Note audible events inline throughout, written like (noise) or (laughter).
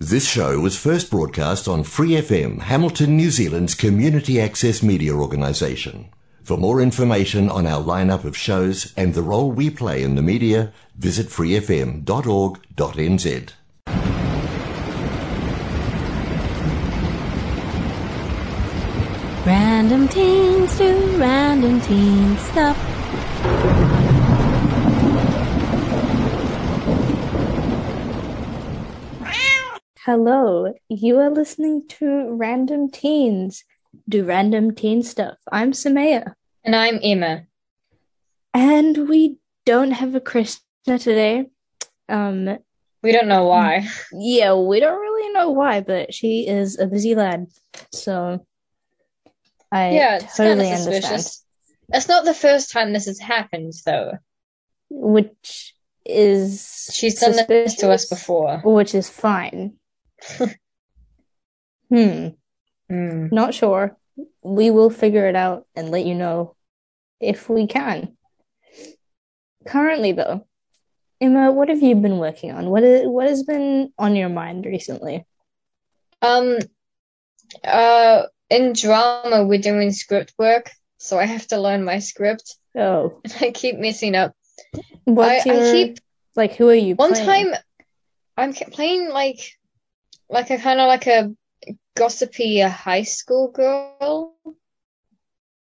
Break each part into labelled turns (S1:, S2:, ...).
S1: This show was first broadcast on Free FM, Hamilton, New Zealand's community access media organisation. For more information on our lineup of shows and the role we play in the media, visit freefm.org.nz.
S2: Random teens do random teen stuff.
S3: Hello, you are listening to Random Teens do Random Teen Stuff. I'm Samaya,
S4: And I'm Emma.
S3: and we don't have a Krishna today. Um,
S4: We don't know why.
S3: Mm. yeah, we don't really know why, but she is a busy lad, so I
S4: yeah, it's
S3: totally
S4: kind of
S3: understand.
S4: suspicious. It's not the first time this has happened, though.
S3: Which is
S4: She's done this to us
S3: suspicious,
S4: before.
S3: which is
S4: (laughs)
S3: fine. hmm.
S4: Mm.
S3: Not sure. We will figure it out and let you know if we can. Currently, though, Emma, what have you been working on? What is, what has been on your mind recently?
S4: Um, uh, in drama, we're doing script work, so I have to learn my script. (laughs)
S3: Oh,
S4: And I keep messing up. I,
S3: what's
S4: I
S3: your
S4: keep
S3: like? Who are you?
S4: one
S3: playing?
S4: time. I'm ca- playing like, like a kind of like a gossipy uh, high school girl.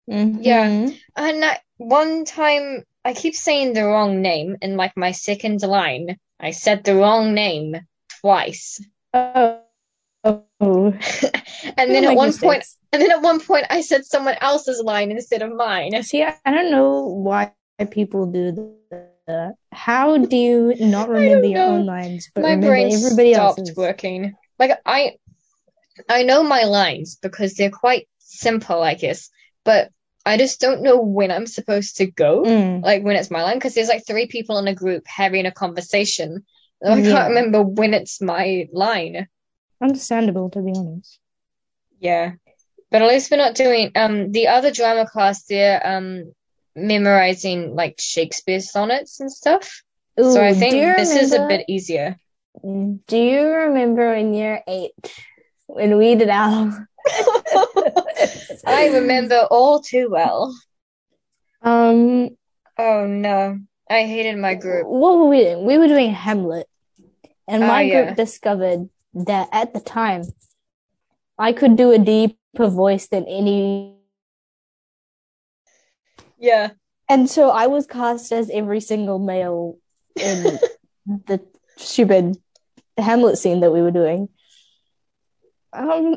S4: yeah.
S3: Mhm.
S4: And I, one time, I keep saying the wrong name in like my second line. I said the wrong name twice. (laughs)
S3: Oh, oh, oh.
S4: And then
S3: People
S4: at
S3: make
S4: one point,
S3: mistakes.
S4: and then at one point, I said someone else's line instead of mine.
S3: See, I, I don't know why people do that. How do you not
S4: (laughs) I
S3: remember
S4: don't
S3: your own
S4: know.
S3: lines, but
S4: My
S3: remember
S4: brain
S3: everybody
S4: stopped
S3: else's?
S4: working. Like I, I know my lines because they're quite simple, I guess. But I just don't know when I'm supposed to go.
S3: Mm.
S4: like when it's my line because there's like three people in a group having a conversation. So I can't
S3: Yeah.
S4: remember when it's my line.
S3: Understandable, to be honest.
S4: Yeah. But at least we're not doing um the other drama class they're um memorizing like Shakespeare sonnets and stuff. so I
S3: Ooh,
S4: think
S3: do you
S4: this is a
S3: remember-
S4: bit (laughs) easier.
S3: Do you remember in year eight when we did our?
S4: I remember all too well.
S3: Um,
S4: Oh no. I hated my group.
S3: what were we doing? We were doing Hamlet, and
S4: Ah,
S3: my group
S4: yeah.
S3: discovered that at the time, I could do a deeper voice than any,
S4: Yeah.
S3: and so I was cast as every single male
S4: (laughs)
S3: in the stupid Hamlet scene that we were doing. Um,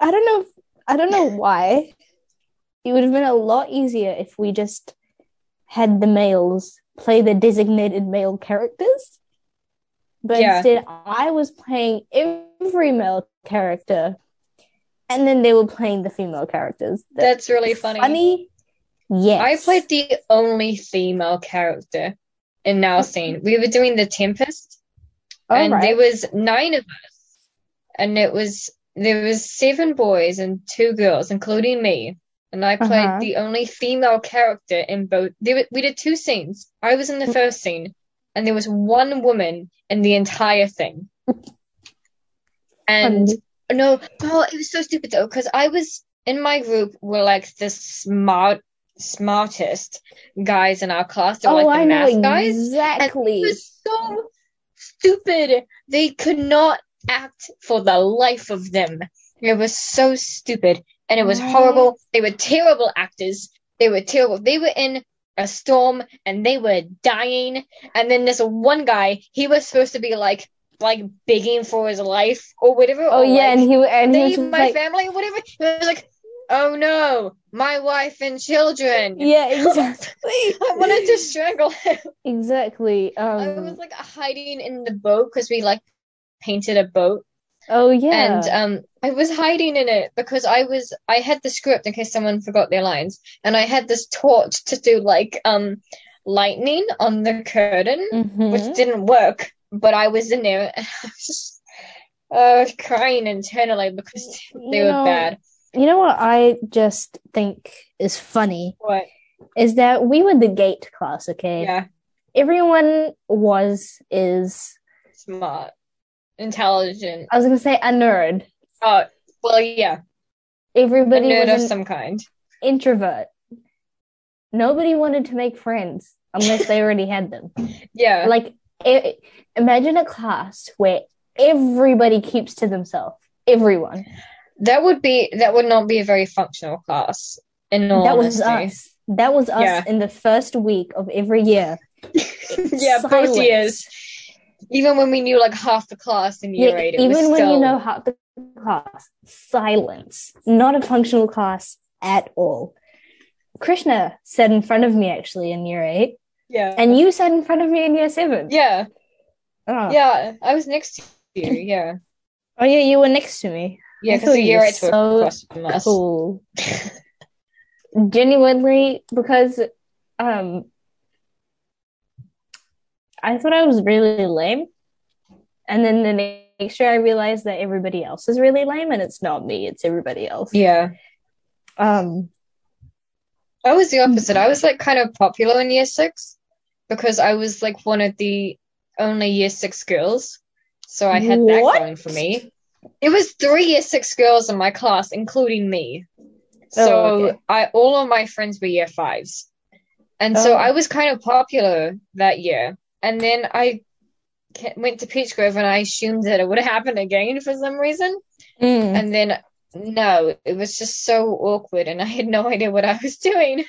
S3: I don't know. If, I don't know why. It would have been a lot easier if we just had the males play the designated male characters. But
S4: Yeah.
S3: instead, I was playing every male character, and then they were playing the female characters.
S4: That's really funny.
S3: Funny, yes.
S4: I played the only female character in our scene. We were doing the Tempest,
S3: All
S4: and there
S3: Oh, right.
S4: was nine of us, and it was there was seven boys and two girls, including me. And I played
S3: Uh-huh.
S4: the only female character in both. There were, we did two scenes. I was in
S3: Mm.
S4: the first scene, and there was one woman in the entire thing. And
S3: Funny.
S4: no, oh, it was so stupid though, because I was in my group were like the smart smartest guys in our class. They were
S3: oh,
S4: like the
S3: I know
S4: math guys.
S3: exactly.
S4: It was so stupid. They could not act for the life of them. It was so stupid and it was
S3: Right.
S4: horrible. They were terrible actors. They were terrible. They were in a storm and they were dying. And then this one guy, he was supposed to be like like begging for his life or whatever.
S3: Oh
S4: or,
S3: yeah,
S4: like,
S3: and he wa- and he was
S4: leave
S3: just
S4: my
S3: like,
S4: family or whatever. It was like, oh no, my wife and
S3: (laughs)
S4: children.
S3: yeah, exactly. (laughs)
S4: (laughs) I wanted to strangle him.
S3: Exactly.
S4: I
S3: Um.
S4: was like hiding in the boat because we like painted a boat,
S3: oh yeah.
S4: and um, I was hiding in it because I was I had the script in case someone forgot their lines, and I had this torch to do like um lightning on the curtain,
S3: Mhm.
S4: which didn't work, but I was in there and (laughs) I was just uh crying internally because they
S3: You
S4: were
S3: know-
S4: bad.
S3: You know what I just think is funny
S4: What?
S3: is that we were the gate class. Okay.
S4: Yeah,
S3: Everyone was is
S4: smart. intelligent.
S3: I was gonna say a nerd.
S4: Oh, well, yeah, a
S3: Everybody
S4: nerd of
S3: was an
S4: some kind.
S3: introvert. Nobody wanted to make friends unless they already had them.
S4: Yeah,
S3: Like, i imagine a class where everybody keeps to themselves. Everyone.
S4: that would be that would not be a very functional class. In all
S3: that was uh,
S4: honesty, (laughs)
S3: us. That was us
S4: Yeah.
S3: in the first week of every year.
S4: yeah, both
S3: Silence.
S4: years. Even when we knew like half the class in year
S3: Yeah,
S4: eight, it
S3: even
S4: was
S3: when
S4: still
S3: you know how the class, silence, not a functional class at all. Krishna sat in front of me actually in year eight,
S4: yeah,
S3: and you sat in front of me in year seven.
S4: yeah,
S3: Oh.
S4: yeah. I was next to you. Yeah,
S3: Oh yeah, you were next to me.
S4: yeah,
S3: I
S4: because
S3: thought
S4: the
S3: you
S4: year
S3: were
S4: eights were
S3: so
S4: across from us.
S3: Cool. (laughs) Genuinely, because um, I thought I was really lame, and then the next year I realized that everybody else is really lame, and it's not me; it's everybody else.
S4: Yeah,
S3: Um.
S4: I was the opposite. I was like kind of popular in year six because I was like one of the only year six girls. So I had that
S3: What?
S4: going for me. It was three year six girls in my class, including me. So
S3: Oh, okay.
S4: I all of my friends were year fives. And so
S3: Oh.
S4: I was kind of popular that year. And then I ca- went to Peach Grove and I assumed that it would happen again for some reason.
S3: mm.
S4: And then no, it was just so awkward and I had no idea what I was (laughs) doing.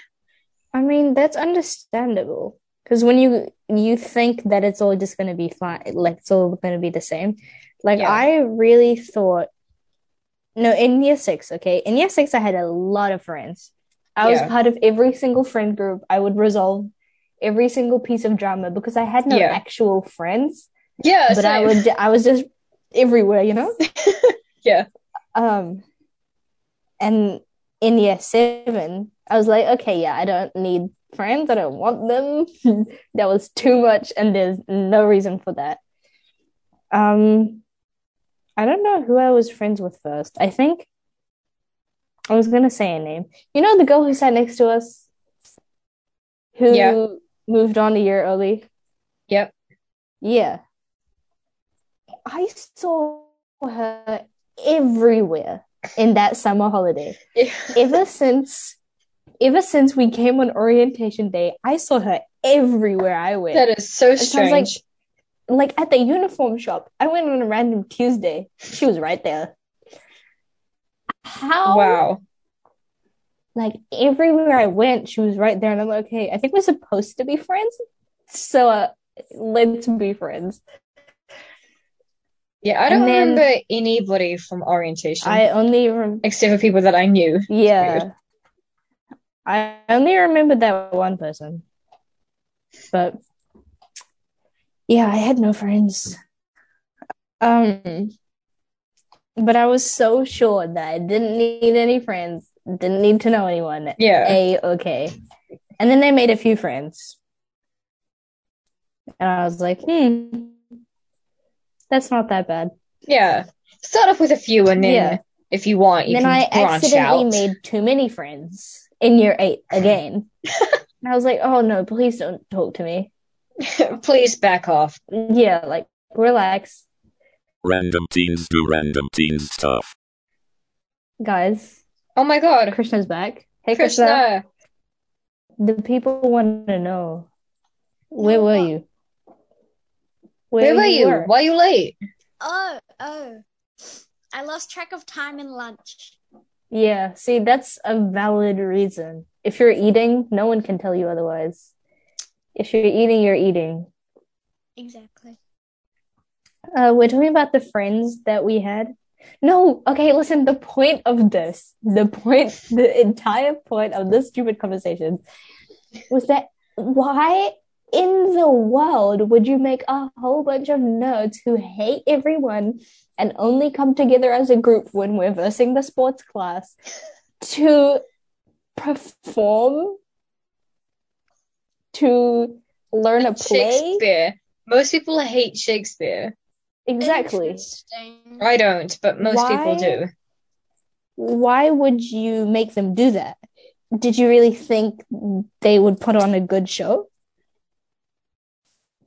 S3: I mean, that's understandable because when you you think that it's all just going to be fine, like it's all going to be the same. Like
S4: Yeah.
S3: I really thought, no, in year six, okay, in year six, I had a lot of friends. I was
S4: Yeah.
S3: part of every single friend group. I would resolve every single piece of drama because I had no
S4: Yeah.
S3: actual friends,
S4: Yeah,
S3: but I
S4: same. (laughs)
S3: would, I was just everywhere, you know.
S4: Yeah.
S3: Um, and in year seven, I was like, okay, yeah, I don't need friends. I don't want
S4: (laughs)
S3: them. that was too much, and there's no reason for that. Um, I don't know who I was friends with first. I think I was gonna say a name. You know the girl who sat next to us, who
S4: Yeah.
S3: moved on a year early.
S4: Yep.
S3: Yeah. I saw her everywhere in that summer holiday. Ever since ever since we came on orientation day, I saw her everywhere I went.
S4: that is so
S3: sounds like-
S4: strange.
S3: like at the uniform shop. I went on a random Tuesday. She was right there. How
S4: wow.
S3: like everywhere I went, she was right there, and I'm like, okay, I think we're supposed to be friends, so uh, let's be friends.
S4: Yeah, I don't
S3: and then-
S4: remember anybody from orientation
S3: I only rem-
S4: except for people that I knew.
S3: yeah, I only remember that one person, but yeah, I had no friends. Um, but I was so sure that I didn't need any friends, didn't need to know anyone,
S4: Yeah.
S3: a okay. And then they made a few friends. And I was like, hmm, that's not that bad.
S4: Yeah. Start off with a few and then
S3: Yeah.
S4: if you want, you
S3: then
S4: can
S3: I
S4: branch
S3: accidentally
S4: out.
S3: made too many friends in year eight
S4: (laughs)
S3: again. and I was like, oh no, please don't talk to me.
S4: (laughs) Please back off.
S3: Yeah, like relax,
S5: Random teens do random teens stuff.
S3: guys.
S4: Oh my god.
S3: Krishna's back. Hey, Krishna.
S4: Krishna.
S3: The people want to know where were you?
S4: Where were you?
S3: were?
S4: Why are you late?
S6: Oh, oh. I lost track of time in lunch.
S3: Yeah, see, that's a valid reason. If you're eating, no one can tell you otherwise. If you're eating, you're eating.
S6: Exactly.
S3: Uh, we're talking about the friends that we had. No, okay, listen, the point of this, the point, the entire point of this stupid conversation was that why in the world would you make a whole bunch of nerds who hate everyone and only come together as a group when we're versing the sports class to perform, to learn a play?
S4: Shakespeare. Most people hate Shakespeare.
S3: Exactly.
S6: Interesting.
S4: I don't, but most people
S3: Why?
S4: do.
S3: why would you make them do that? Did you really think they would put on a good show?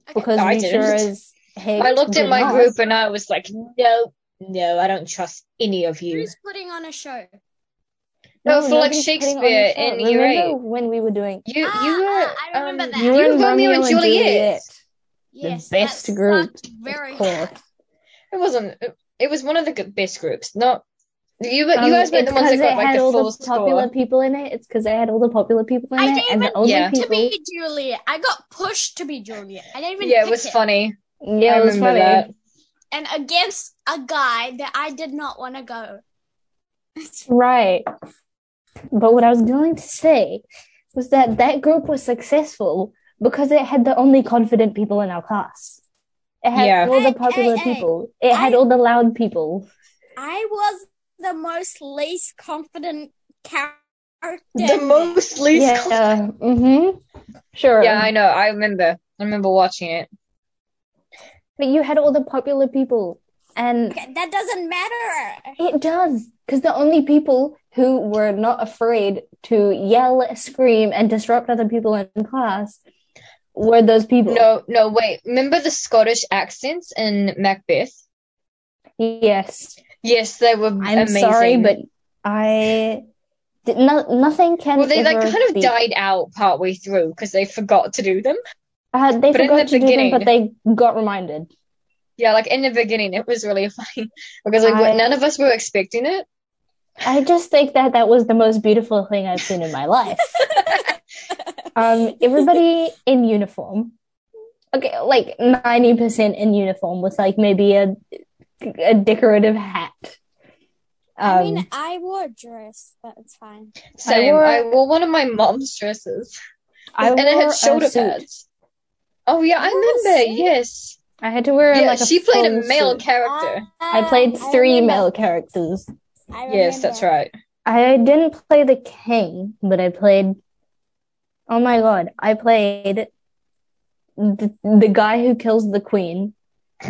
S6: Okay.
S3: Because
S4: I
S3: we sure
S4: didn't.
S3: as Hey,
S4: I looked at
S3: did
S4: my
S3: not.
S4: group and I was like, no, no, I don't trust any of you.
S6: Who's putting on a show?
S4: No, for,
S3: nobody's
S4: like,
S3: putting on
S4: Shakespeare
S3: the show.
S4: and E
S3: remember
S4: Eurae.
S3: when we were doing
S4: You,
S6: Ah,
S4: you were.
S6: ah, I remember
S4: um,
S6: that.
S3: you were in Romeo, and Juliet.
S6: Yes,
S3: best
S6: that
S3: group,
S6: sucked Very
S3: of course.
S6: hard.
S4: It wasn't. It was one of the g- best groups. Not you. were-
S3: Um,
S4: you guys were
S3: it's
S4: the ones that
S3: 'cause
S4: got
S3: it
S4: like
S3: had
S4: the
S3: all
S4: full
S3: popular
S4: score.
S3: people in it. It's because it had all the popular people in
S6: I
S3: it,
S6: didn't
S3: and the
S6: even
S3: only
S4: Yeah.
S6: To
S3: people.
S6: be Juliet, I got pushed to be Juliet. I didn't even.
S4: Yeah, it
S6: pick
S4: was funny.
S3: Yeah,
S4: I
S3: it was funny.
S4: remember that.
S6: And against a guy that I did not want to go.
S3: Right. But what I was going to say was that that group was successful because it had the only confident people in our class. It had
S4: Yeah.
S3: all the
S6: Hey,
S3: popular
S6: hey, hey.
S3: people. It had
S6: I-
S3: all the loud people.
S6: I was the most least confident character.
S4: The most least.
S3: Yeah.
S4: co-
S3: mm-hmm. Sure.
S4: Yeah, I know. I remember. I remember watching it.
S3: But you had all the popular people. And
S6: Okay, that doesn't matter.
S3: It does, because the only people who were not afraid to yell, scream, and disrupt other people in class were those people.
S4: No, no, wait. Remember the Scottish accents in Macbeth?
S3: Yes,
S4: Yes, they were
S3: I'm
S4: amazing.
S3: sorry, but I did not. Nothing can.
S4: well, they like
S3: ever
S4: kind of
S3: be-
S4: died out partway through because they forgot to do them.
S3: Uh, they
S4: but in
S3: forgot to
S4: the
S3: do them, but they got reminded.
S4: Yeah, like in the beginning, it was really (laughs) funny because like
S3: I-
S4: none of us were expecting it.
S3: I just think that that was the most beautiful thing I've seen in my
S4: (laughs)
S3: life. um, everybody in uniform. Okay, like 90% in uniform with like maybe a a decorative hat. Um,
S6: I mean, I wore a dress, but it's fine.
S4: Same.
S3: wore-
S4: I wore one of my mom's dresses,
S3: I
S4: and it
S3: wore
S4: had
S3: a
S4: shoulder
S3: suit.
S4: pads. Oh yeah, I
S6: You wore a
S4: remember.
S6: suit?
S4: Yes.
S3: I had to wear
S4: yeah,
S3: like a
S4: she played a
S3: full
S4: male
S3: suit.
S4: character.
S3: I played
S6: Ah, I
S3: three
S6: remember.
S3: male characters.
S6: I
S4: yes, that's
S6: remember.
S4: right.
S3: I didn't play the king, but I played. Oh my god, I played the, the guy who kills the queen,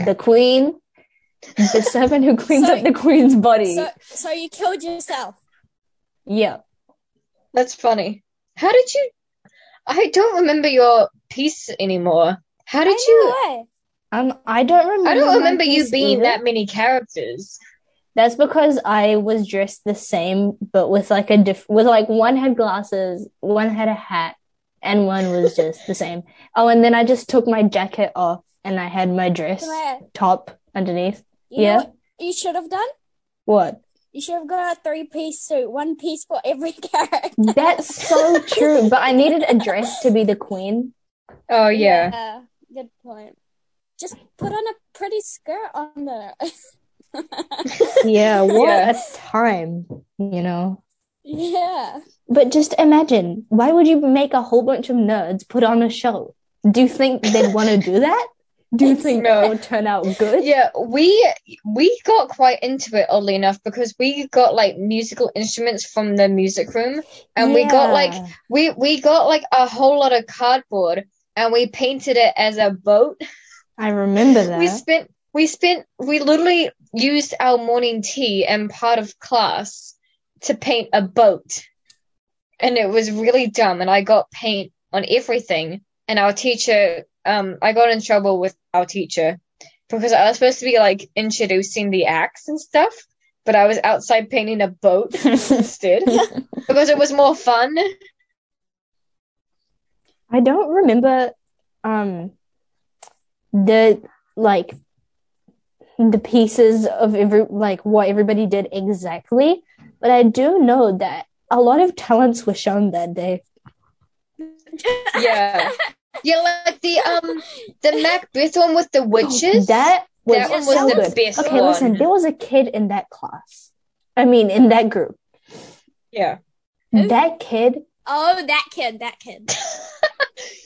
S3: the queen, the servant who cleans
S6: So-
S3: up the queen's body.
S6: So, so you killed yourself.
S3: yeah,
S4: That's funny. How did you? I don't remember your piece anymore. How did
S6: I
S4: you?
S6: know it.
S3: um, I don't remember.
S4: I
S3: my
S4: don't remember you
S3: piece
S4: being
S3: either.
S4: that many characters.
S3: That's because I was dressed the same, but with like a diff with like one had glasses, one had a hat, and one was just the same. Oh, and then I just took my jacket off and I had my dress
S6: Claire,
S3: top underneath.
S6: You
S3: Yeah.
S6: know what you should have done?
S3: What?
S6: You should have got a three piece suit, one piece for every (laughs) character.
S3: That's so true. But I needed a dress to be the queen.
S4: Oh yeah.
S6: Good point. Just put on a pretty skirt on there.
S3: Yeah, what
S4: Yeah.
S3: a time, you know.
S6: (laughs) yeah.
S3: But just imagine, why would you make a whole bunch of nerds put on a show? Do you think they'd want to do that? Do you think
S4: No.
S3: that would turn out good?
S4: Yeah, we we got quite into it oddly enough because we got like musical instruments from the music room and we got like
S3: Yeah.
S4: we we got like a whole lot of cardboard and we painted it as a boat.
S3: I remember that.
S4: We spent we spent we literally used our morning tea and part of class to paint a boat. And it was really dumb and I got paint on everything and our teacher um I got in trouble with our teacher because I was supposed to be like introducing the acts and stuff, but I was outside painting a boat instead because it was more fun.
S3: I don't remember um the like the pieces of every like what everybody did exactly, but I do know that a lot of talents were shown that day.
S4: Yeah. (laughs) Yeah, like the um the Macbeth one with the witches.
S3: That was
S4: That one
S3: so
S4: was the
S3: good.
S4: best
S3: Okay, listen,
S4: one.
S3: there was a kid in that class. I mean, in that group.
S4: Yeah. Hmm.
S6: Who?
S3: That kid,
S6: Oh, that kid, that (laughs) kid.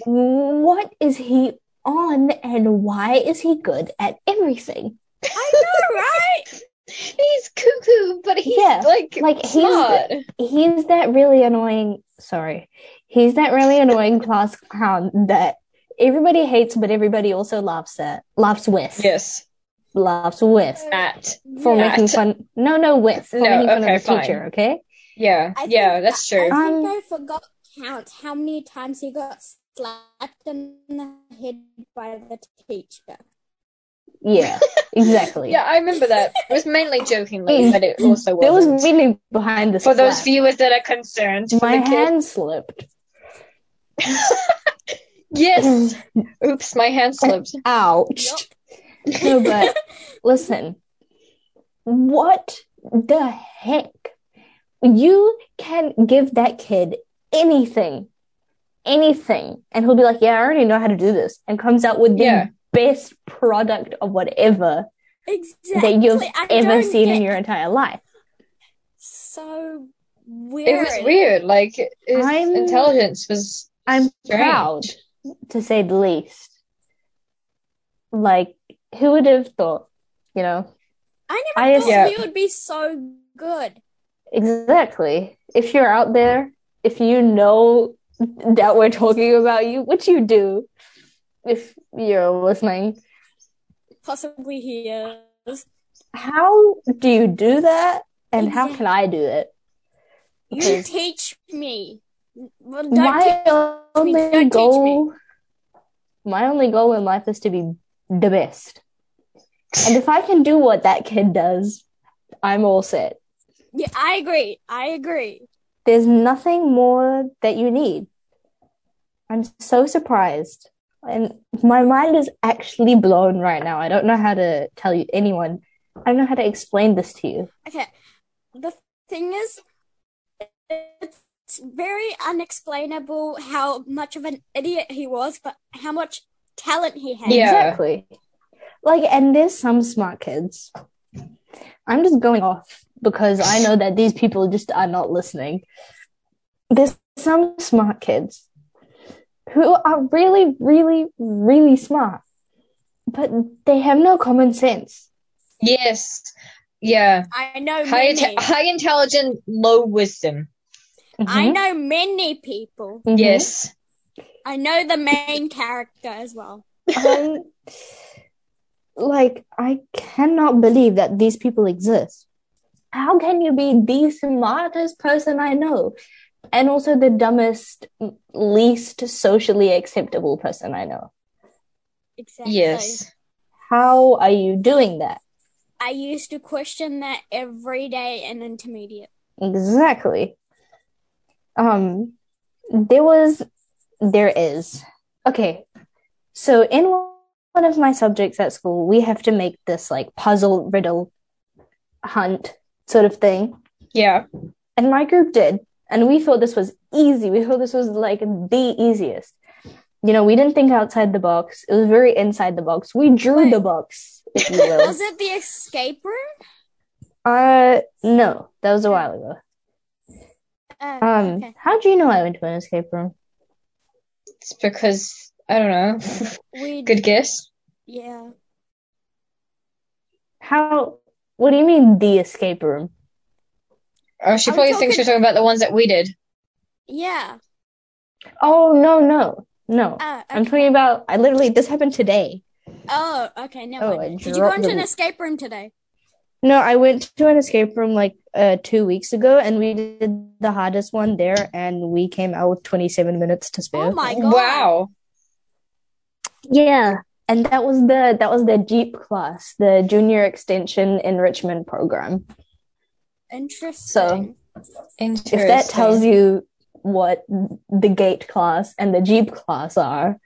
S3: what is he on and why is he good at everything?
S6: I
S3: (laughs)
S6: know, right?
S4: (laughs) He's cuckoo, but he's
S3: Yeah,
S4: like
S3: like, he's-
S4: smart.
S3: he's that really annoying sorry he's that really annoying class clown that everybody hates but everybody also laughs at laughs with
S4: Yes.
S3: laughs with
S4: At
S3: for
S4: Yeah.
S3: making fun no no with for
S4: No,
S3: making fun
S4: okay,
S3: of the
S4: fine.
S3: teacher okay
S4: yeah,
S6: I think-
S4: yeah, that's
S6: I
S4: true.
S6: think
S3: Um,
S6: I forgot count how many times he got slapped in the head by the teacher.
S4: (laughs)
S3: Yeah, exactly.
S4: Yeah, I remember that. It was mainly jokingly, but it also
S3: there was
S4: was
S3: meaning behind this.
S4: for those
S3: slap.
S4: viewers that are concerned. for
S3: My
S4: the kids.
S3: hand slipped. (laughs)
S4: Yes. Oops, my hand slipped.
S3: Ouch. No, but listen. What the heck? You can give that kid anything, anything, and he'll be like, "Yeah, I already know how to do this," and comes out with the
S4: Yeah.
S3: best product of whatever
S6: Exactly.
S3: that you've
S6: I
S3: ever
S6: don't
S3: seen in
S6: get-
S3: your entire life.
S6: So weird.
S4: It was weird. Like his
S3: I'm-
S4: intelligence was.
S3: I'm
S4: strange.
S3: proud, to say the least. Like, who would have thought? You know.
S6: I never
S3: I
S6: thought
S4: Yeah.
S6: we would be so good.
S3: Exactly. If you're out there, if you know that we're talking about you, which you do, if you're listening,
S6: Possibly he is.
S3: how do you do that? And how can I do it?
S6: You
S3: Okay.
S6: teach me. Well, don't teach-
S3: My
S6: me, don't teach
S3: only
S6: me.
S3: goal, my only goal in life is to be the best. And if I can do what that kid does, I'm all set.
S6: yeah, I agree. I agree.
S3: there's nothing more that you need. I'm so surprised. And my mind is actually blown right now. I don't know how to tell you anyone. I don't know how to explain this to you.
S6: Okay. The thing is, it's very unexplainable how much of an idiot he was, but how much talent he had.
S4: Yeah.
S3: Exactly. Like, and there's some smart kids. I'm just going off because I know that these people just are not listening. There's some smart kids who are really, really, really smart, but they have no common sense.
S4: Yes. Yeah.
S6: I know
S4: High,
S6: many.
S4: inte- (laughs) high intelligent, low wisdom.
S3: Mm-hmm.
S6: I
S4: Mm-hmm.
S6: know many people.
S3: Mhm. (laughs)
S4: Yes.
S6: I know the main character as well.
S3: um, like I cannot believe that these people exist. How can you be the smartest person I know and also the dumbest, least socially acceptable person I know?
S6: Exactly.
S4: Yes.
S3: How are you doing that?
S6: I used to question that every day in intermediate.
S3: Exactly. Um, there was, there is. Okay. So in one of my subjects at school, we have to make this like puzzle riddle hunt sort of thing.
S4: Yeah.
S3: And my group did. And we thought this was easy. We thought this was like the easiest. You know, we didn't think outside the box. It was very inside the box. We drew
S6: Wait.
S3: the box, if you will.
S6: Was it the escape room?
S3: Uh, no, that was a while ago.
S6: Uh,
S3: Um,
S6: okay.
S3: how do you know I went to an escape room?
S4: It's because, I don't know. (laughs)
S6: We
S4: Good guess.
S6: yeah.
S3: How? What do you mean the escape room?
S4: Oh, she
S6: I'm
S4: probably thinks we're
S6: talking-
S4: talking about the ones that we did.
S6: Yeah.
S3: Oh no no no!
S6: Oh,
S3: I'm
S6: okay.
S3: talking about. I literally this happened today.
S6: oh, okay. Never
S3: Oh,
S6: mind.
S3: I
S6: Did you go
S3: dropped
S6: into an
S3: the-
S6: escape room today?
S3: No, I went to an escape room like uh two weeks ago, and we did the hardest one there, and we came out with 27 minutes to spare.
S6: Oh my god.
S4: Wow.
S3: Yeah, and that was the that was the Jeep class, the Junior Extension Enrichment Program.
S6: Interesting.
S4: Interesting.
S3: If that tells you what the GATE class and the Jeep class are,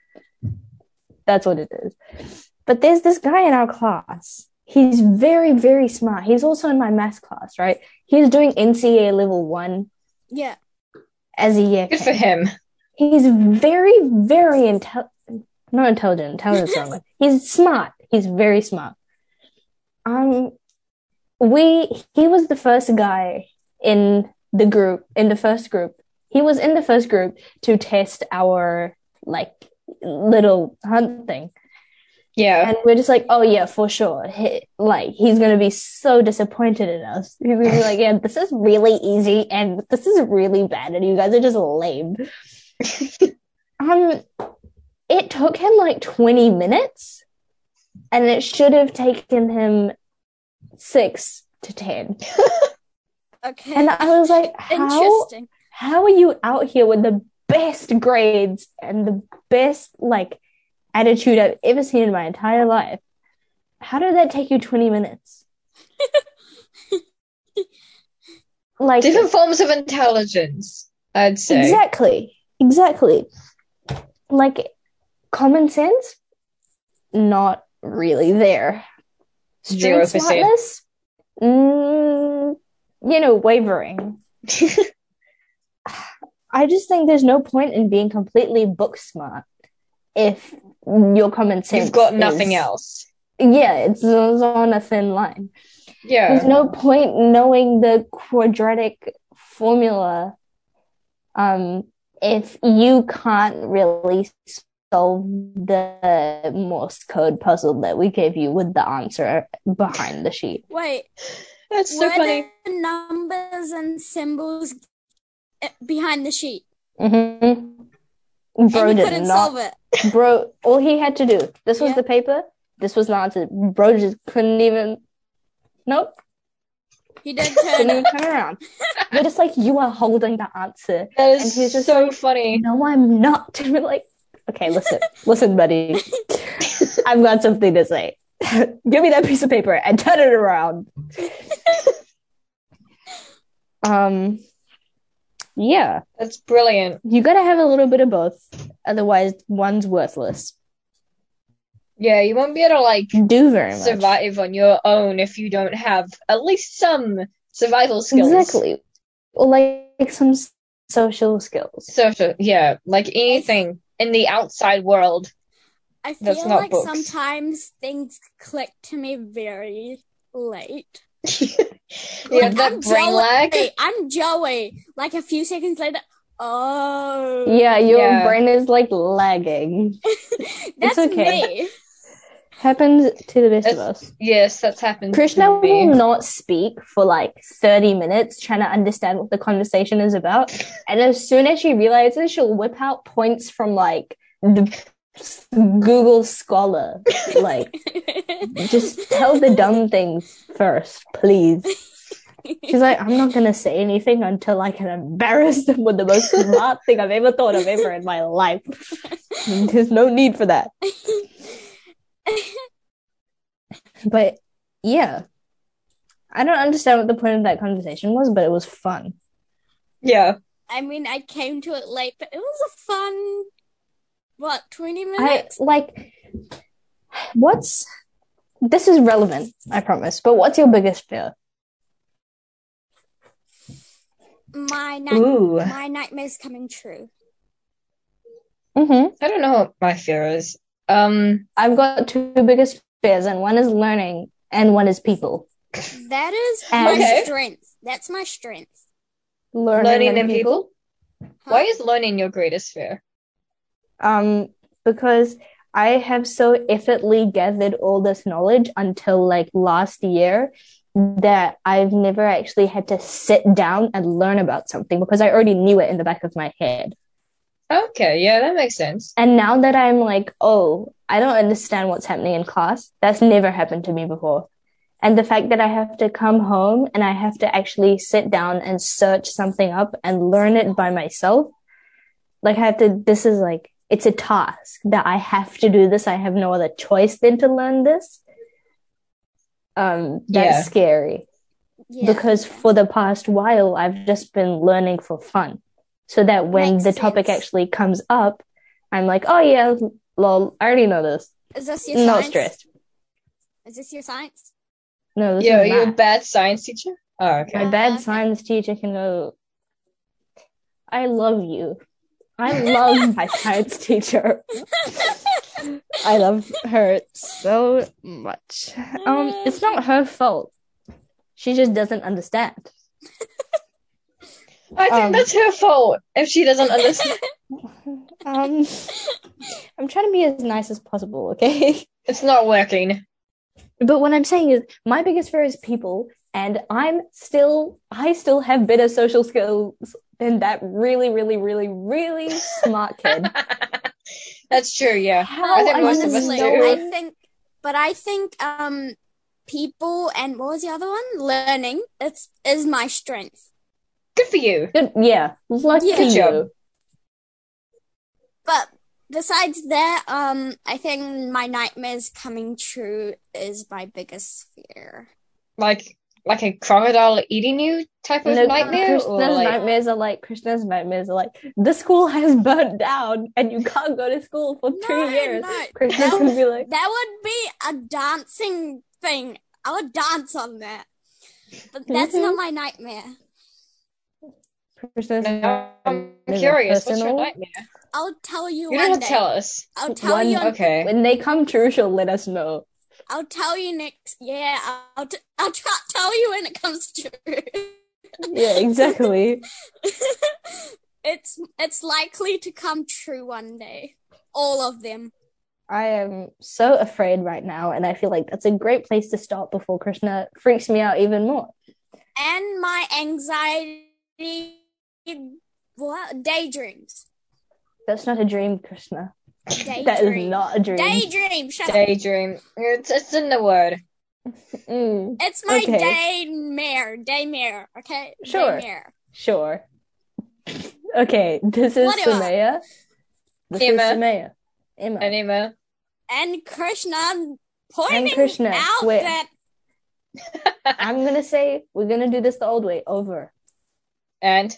S3: that's what it is. But there's this guy in our class. He's very, very smart. He's also in my math class, right? He's doing NCA level one
S6: Yeah.
S3: as a year.
S4: Good for
S3: K.
S4: him.
S3: He's very, very intelligent. Not intelligent. Intelligent. wrong. He's smart. He's very smart. Um, we he was the first guy in the group in the first group. He was in the first group to test our like little hunt thing,
S4: Yeah.
S3: and we're just like, oh yeah, for sure. He, like he's gonna be so disappointed in us. He's gonna be like, yeah, this is really easy, and this is really bad, and you guys are just lame. Um, it took him like 20 minutes, and it should have taken him six to 10.
S6: Okay.
S3: And I was like, how,
S6: Interesting.
S3: how are you out here with the best grades and the best like attitude I've ever seen in my entire life? How did that take you 20
S4: (laughs)
S3: minutes? like
S4: Different forms of intelligence, I'd say.
S3: exactly. Exactly. Like common sense not really there. Street
S4: Zero percent.
S3: smartness? Mm, you know, wavering.
S4: (laughs)
S3: I just think there's no point in being completely book smart if your common sense
S4: You've got nothing
S3: is-
S4: else.
S3: yeah, it's, it's on a thin line. There's
S4: Yeah.
S3: no point knowing the quadratic formula um, if you can't really solve the Morse code puzzle that we gave you with the answer behind the sheet.
S6: Wait,
S4: That's so
S6: were
S4: funny.
S6: the numbers and symbols uh, behind the sheet?
S3: Mm-hmm. Bro
S6: and you
S3: did
S6: couldn't
S3: not.
S6: solve it.
S3: Bro, all he had to do. This was
S6: Yeah.
S3: the paper. This was the answer. Bro just couldn't even. Nope.
S6: He
S3: (laughs)
S6: did turn
S3: Couldn't
S6: it.
S3: even turn around. We're just like you are holding the answer.
S4: That
S3: and he's
S4: is
S3: just
S4: so funny.
S3: No, I'm not. (laughs) And we're like, okay, listen, listen, buddy. I've got something to say. (laughs) Give me that piece of paper and turn it around. um, yeah,
S4: That's brilliant.
S3: you gotta have a little bit of both. Otherwise, one's worthless.
S4: Yeah, you won't be able to like
S3: Do very much.
S4: survive on your own if you don't have at least some survival skills.
S3: Exactly. Or like, like some s- social skills.
S4: Social, yeah, like anything in the outside world.
S6: I feel
S4: That's not
S6: like
S4: books.
S6: sometimes things click to me very late.
S4: you
S6: Like,
S4: have that
S6: I'm
S4: brain
S6: Joey.
S4: lag. (laughs)
S6: I'm Joey. Like a few seconds later, oh,
S3: Yeah, your
S4: Yeah.
S3: brain is like lagging.
S6: that's
S3: okay.
S6: me.
S3: (laughs) Happens to the best of
S4: It's-
S3: us.
S4: Yes, that's happened.
S3: Krishna
S4: to me.
S3: will not speak for like 30 minutes trying to understand what the conversation is about. And as soon as she realizes, she'll whip out points from like the Google (laughs) Scholar. Like, just tell the dumb things first, please. She's like, I'm not going to say anything until I can embarrass them with the most smart thing I've ever thought of ever in my life. (laughs) There's no need for that. But yeah, I don't understand what the point of that conversation was, but it was fun.
S4: Yeah,
S6: (laughs) I mean, I came to it late, but it was a fun, what, 20
S3: I
S6: minutes?
S3: like what's this is relevant, I promise. But what's your biggest fear?
S6: my, night-
S4: Ooh,
S6: my nightmare's coming true.
S3: Mm-hmm.
S4: I don't know what my fear is. Um,
S3: I've got two biggest fears, and one is learning, and one is people.
S6: That is my
S3: Okay.
S6: strength. That's my strength.
S3: Learning,
S4: learning and people.
S6: Huh?
S4: Why is learning your greatest fear?
S3: Um, because I have so effortlessly gathered all this knowledge until like last year that I've never actually had to sit down and learn about something because I already knew it in the back of my head.
S4: Okay, yeah, that makes sense.
S3: And now that I'm like, oh, I don't understand what's happening in class, that's never happened to me before. And the fact that I have to come home and I have to actually sit down and search something up and learn it by myself, like I have to, this is like, it's a task that I have to do this. I have no other choice than to learn this. Um, that's
S4: Yeah.
S3: scary
S6: Yeah.
S3: because for the past while I've just been learning for fun. So that when
S6: Makes
S3: the topic
S6: sense.
S3: actually comes up, I'm like, oh yeah, lol, I already know this.
S6: is this your
S3: No
S6: science?
S3: stress.
S6: Is this your science?
S3: No, this
S4: Yeah,
S3: is
S4: you're a
S3: math.
S4: bad science teacher? Oh, okay.
S3: My
S6: Ah,
S3: bad
S6: okay.
S3: science teacher can go, I love you. I love
S6: (laughs)
S3: my science teacher. I love her so much. Um, it's not her fault. She just doesn't understand.
S4: I think
S3: Um,
S4: that's her fault if she doesn't
S3: (laughs)
S4: understand.
S3: Um, I'm trying to be as nice as possible, okay? (laughs)
S4: it's not working.
S3: But what I'm saying is, my biggest fear is people, and I'm still, I still have better social skills than that really, really, really, really smart kid.
S4: (laughs) That's true, yeah.
S3: How
S4: I think
S6: Oh,
S3: are
S4: most
S3: you
S4: of us
S6: Honestly,
S4: do.
S6: I think, but I think um, people and what was the other one? Learning. It's is my strength.
S4: Good for you.
S3: Good, yeah, lucky
S6: Yeah. Good
S4: job.
S3: you.
S6: But besides that, um, I think my nightmares coming true is my biggest fear.
S4: Like like a crocodile eating you type of
S3: No,
S4: nightmare?
S3: Krishna's
S4: Or like,
S3: nightmares are like Krishna's nightmares are like the school has burnt down and you can't go to school for two
S6: No,
S3: years.
S6: no.
S3: Krishna's gonna be like,
S6: That would be a dancing thing. I would dance on that. But that's
S4: Mm-hmm.
S6: not my nightmare.
S3: Krishna's
S4: now I'm
S3: nightmares are
S4: curious. What's your
S3: personal.
S4: nightmare?
S6: I'll tell you
S4: You
S6: one
S4: don't have
S6: day.
S4: to tell us.
S6: I'll tell
S3: One-
S6: you.
S4: Okay.
S3: When they come true, she'll let us know.
S6: I'll tell you next. Yeah, I'll t- I'll try tell you when it comes true. (laughs)
S3: Yeah, exactly.
S6: it's it's likely to come true one day. All of them.
S3: I am so afraid right now, and I feel like that's a great place to start before Krishna freaks me out even more.
S6: And my anxiety what daydreams.
S3: That's not a dream, Krishna.
S6: Daydream.
S3: That is not a dream.
S6: Daydream, shut up.
S4: Daydream. It's, it's in the word.
S3: Mm,
S6: It's my
S3: Okay.
S6: daymare. Daymare, okay?
S3: Sure.
S6: Daymare.
S3: sure. Okay, this is
S6: Whatever.
S3: Sumaya. This
S4: Emma.
S3: is Sumaya. Emma.
S4: Anima.
S6: And Krishna pointing
S3: Krishna,
S6: out
S3: wait.
S6: that
S3: I'm gonna say we're gonna do this the old way. Over.
S4: And